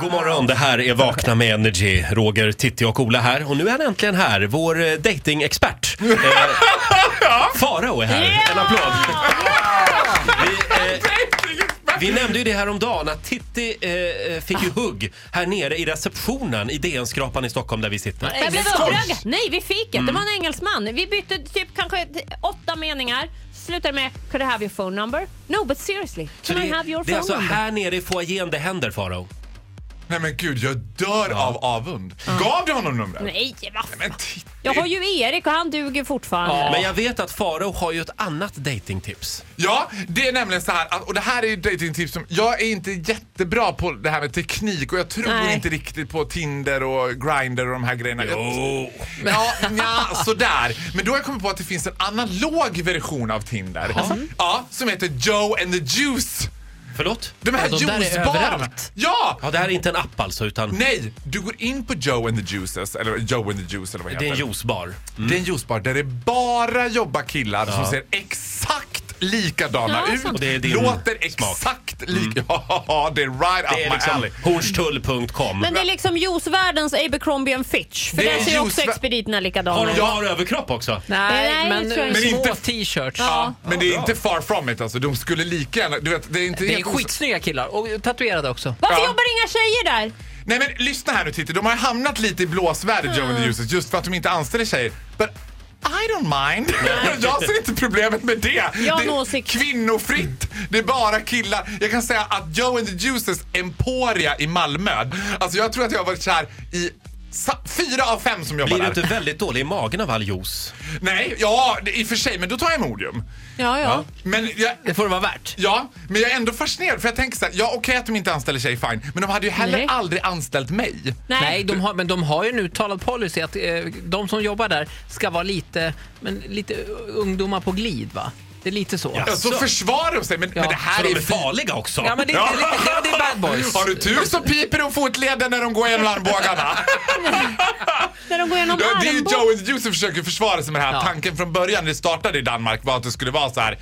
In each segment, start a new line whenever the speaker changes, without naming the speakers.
God morgon, det här är Vakna med Energy. Roger, Titti och Ola här. Och nu är han äntligen här, vår eh, datingexpert. Eh, Farao är här. En applåd. Vi, eh, vi nämnde ju det här om dagen att Titti eh, fick ju hugg här nere i receptionen i DN-skrapan i Stockholm där vi sitter.
Jag blev upprörd. Nej, vi fick det. Det var en engelsman. Vi bytte typ kanske t- åtta meningar. Slutar med Could I have your phone number? No, but seriously.
Så
Can I have your
det är
phone
alltså
number?
här nere i foajén det händer Farao.
Nej men gud, jag dör av avund. Gav du honom numret?
Nej, vad fan.
Men titta.
Jag har ju Erik och han duger fortfarande.
Men jag vet att Farao har ju ett annat datingtips.
Ja, det är nämligen så här, att- och det här är ju datingtips som, jag är inte jättebra på det här med teknik och jag tror
Nej.
inte riktigt på Tinder och Grindr och de här grejerna.
Oh.
Ja, nja, sådär. Men då har jag kommit på att det finns en analog version av Tinder. Ja, som heter Joe and the Juice.
Förlåt?
De här
Ja, de där är
juicebarerna.
överallt.
Ja!
Ja, det här är inte en app alltså utan
Nej, du går in på Joe and the Juices, eller Joe and the Juice eller vad heter
det är en juicebar.
Det är en juicebar där det bara jobbar killar som ser exakt likadana
Ja,
ut.
sant. Och
det är din
låter
smak. Mm.
exakt lika. Ja, det är right
Det
up
är
my
liksom
alley.
hornstull.com.
Men det är liksom juicevärldens Abercrombie and Fitch. För
Det är
där ser ju också
juicevär-
expediterna
Har
likadana
de
ut.
bar överkropp också?
Nej,
Nej, men,
det tror jag
men
inte.
små
inte-
t-shirts.
Ja, men det är inte far from it alltså. De skulle lika gärna... Du vet, det är inte
Det är
helt-
skitsnygga killar och tatuerade också.
Varför
Ja.
jobbar inga tjejer där?
Nej men lyssna här nu Titti, de har hamnat lite i blåsväder Joe and
Mm.
the Juices just för att de inte anställer tjejer. But I don't mind. jag ser inte problemet med det.
Jag har
det
en åsikt.
kvinnofritt. Det är bara killar. Jag kan säga att Joe and the Juices Emporia i Malmö, alltså jag tror att jag har varit kär i sa- Fyra av fem som jobbar
Blir du
där.
inte väldigt dålig i magen av all juice?
Nej, ja det- i och för sig, men då tar jag Imodium.
Ja, ja.
Men jag,
Det får det vara värt.
Ja, men jag är ändå fascinerad för jag tänker så här, ja okej att de inte anställer sig fine, men de hade ju heller
Nej.
aldrig anställt mig.
Nej.
Nej, de har, men de har ju en uttalad policy att eh, de som jobbar där ska vara lite, men lite ungdomar på glid va? Det är lite så.
Ja, så
Alltså.
försvarar de sig, men, men det
Så
här
de
är
är
fi-
farliga också?
Ja, men det,
Ja.
det, det, det är bad boys.
Har du tur så piper de fotleden när de går genom armbågarna.
När de går igenom
Ja, det är ju
armbågen.
Joe and the Juice som försöker försvara sig med det här.
Ja.
Tanken från början när det startade i Danmark var att det skulle vara så här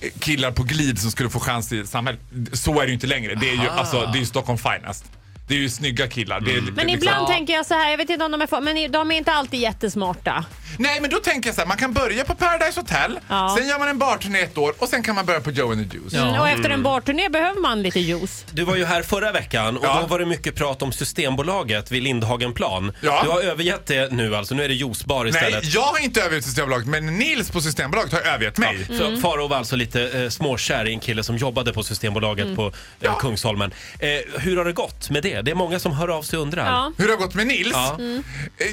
eh, killar på glid som skulle få chans i samhället. Så är det ju inte längre. Det är ju alltså, det är ju Stockholm finest. Det är ju snygga killar. Det är, det är
Men
liksom-
ibland
Ja.
tänker jag så här, jag vet inte om de är far, men de är inte alltid jättesmarta.
Nej, men då tänker jag så här, man kan börja på Paradise Hotel,
Ja.
sen gör man en barturné ett år och sen kan man börja på Joe and the Juice.
Ja.
Mm, Och efter en barturné behöver man lite juice.
Du var ju här förra veckan och
Ja.
då var det mycket prat om Systembolaget vid Lindhagenplan.
Ja.
Du har övergett det nu alltså, nu är det juicebar
Nej,
istället.
jag har inte övergett Systembolaget, men Nils på Systembolaget har övergett mig.
Så Faro var alltså lite eh, småkär i en kille som jobbade på Systembolaget på eh, Kungsholmen. Eh, hur har det gått med det? Det är många som hör av sig och undrar.
Ja.
Hur det har gått med Nils?
Ja.
Ja.
Mm.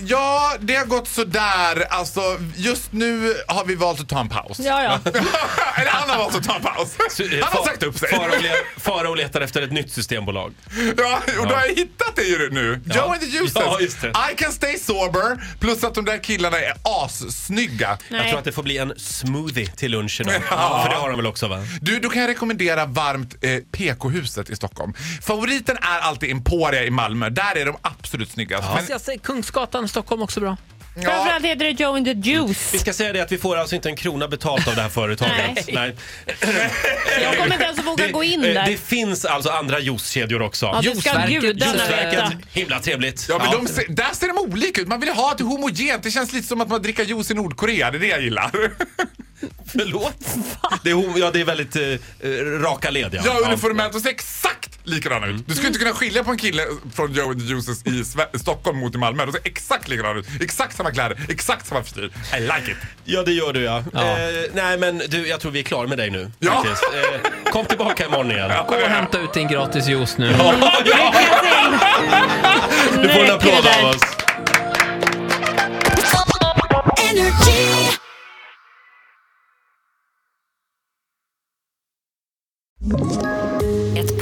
ja, det har gått sådär. Alltså, just nu har vi valt att ta en paus.
Ja, ja.
Eller han har valt att ta en paus.
Så, eh,
Han har
Fa-
sagt upp sig.
Faro le- Faro letar efter ett nytt systembolag.
Ja, och då har jag hittat det ju nu. Joe and the Juices.
Ja, just det.
I can stay sober. Plus att de där killarna är assnygga.
Jag
Nej.
tror att det får bli en smoothie till lunch idag.
Ja.
För det har de väl också va?
Du, då kan jag rekommendera varmt eh, PK-huset i Stockholm. Favoriten är alltid Emporia i Malmö. Där är de absolut snyggast. Men-
Fast jag säger Kungsgatan, Stockholm också bra.
ja.
Framförallt heter det Joe and the
Vi
Juice.
ska säga det att vi får alltså inte en krona betalt av det här företaget.
Nej.
Nej.
Jag kommer inte ens att våga gå in
eh,
där.
Det finns alltså andra juicekedjor också.
Ja, det ska
Juiceverket,
gudarna
Juiceverket,
veta.
himla trevligt.
Ja, men De ser, där ser de olika ut. Man vill ha ett homogent. Det känns lite som att man dricker juice i Nordkorea. Det är det jag gillar.
Förlåt? Det är, hon- ja, det är väldigt eh, eh, raka led. Ja.
Ja, uniformellt. De ser exakt likadana ut. Du skulle inte kunna skilja på en kille från Joe and the Juices i Sve- Stockholm mot i Malmö. De ser exakt likadana ut. Exakt samma kläder, exakt samma frisyr. I like it.
Ja, det gör du ja.
Ja.
Eh, nej, men du, jag tror vi är klara med dig nu.
Ja.
faktiskt. Eh, kom tillbaka imorgon igen.
Gå och hämta ut din gratis juice nu.
Du får en applåd
det där.
av oss.
Energy.
Ett